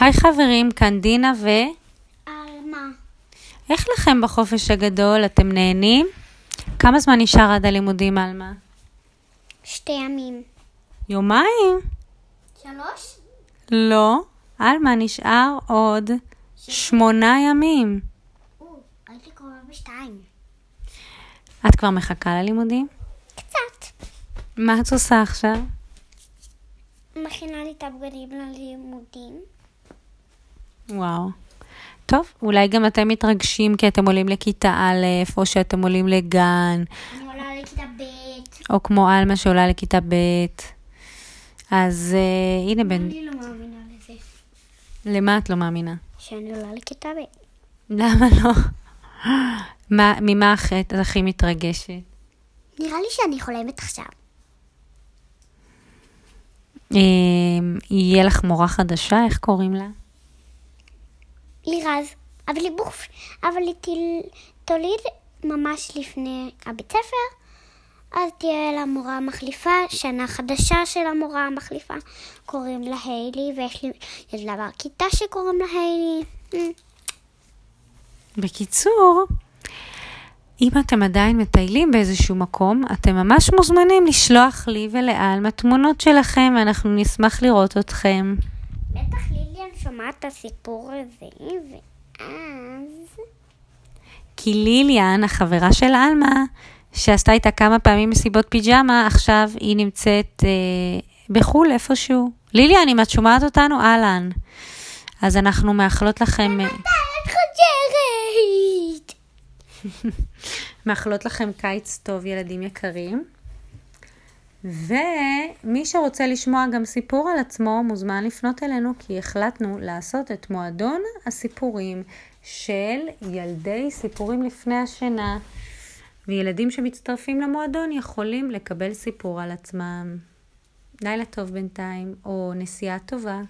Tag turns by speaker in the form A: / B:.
A: היי חברים, כאן דינה ו...
B: על מה?
A: איך לכם בחופש הגדול? אתם נהנים? כמה זמן נשאר עד הלימודים, עלמה?
B: שתי ימים.
A: יומיים?
B: שלוש?
A: לא. עלמה נשאר עוד שמונה ימים.
B: או, הייתי קרובה בשתיים.
A: את כבר מחכה ללימודים?
B: קצת.
A: מה את עושה עכשיו?
B: מכינה לי את הבגדים ללימודים.
A: וואו. טוב, אולי גם אתם מתרגשים כי אתם עולים לכיתה א', או שאתם עולים לגן,
B: אני עולה לכיתה ב'.
A: או כמו עלמה שעולה לכיתה ב'. אז uh, הנה בן,
B: אני לא מאמינה לזה.
A: למה את לא מאמינה?
B: שאני עולה לכיתה ב'.
A: למה לא? מה, ממה הכי- את הכי מתרגשת?
B: נראה לי שאני חולמת עכשיו.
A: אמ, יהיה לך מורה חדשה, איך קוראים לה?
B: לירז. אבל היא בוכ... אבל היא תל... תוליד ממש לפני הבית ספר. אז תהיה לה מורה מחליפה, שנה חדשה של המורה המחליפה. קוראים לה היילי, ויש לי ילדה בכיתה שקוראים לה היילי. אמ.
A: בקיצור, אם אתם עדיין מטיילים באיזשהו מקום, אתם ממש מוזמנים לשלוח לי ולעלמה תמונות שלכם, ואנחנו נשמח לראות אתכם.
B: בטח ליליאן שומעת את הסיפור הזה, ואז...
A: כי ליליאן, החברה של עלמה, שעשתה איתה כמה פעמים מסיבות פיג'מה, עכשיו היא נמצאת אה, בחו"ל איפשהו. ליליאן, אם את שומעת אותנו, אהלן. אז אנחנו מאחלות לכם... אה,
B: את חוזרת!
A: מאחלות לכם קיץ טוב, ילדים יקרים. ומי שרוצה לשמוע גם סיפור על עצמו, מוזמן לפנות אלינו, כי החלטנו לעשות את מועדון הסיפורים של ילדי סיפורים לפני השינה. וילדים שמצטרפים למועדון יכולים לקבל סיפור על עצמם. לילה טוב בינתיים, או נסיעה טובה.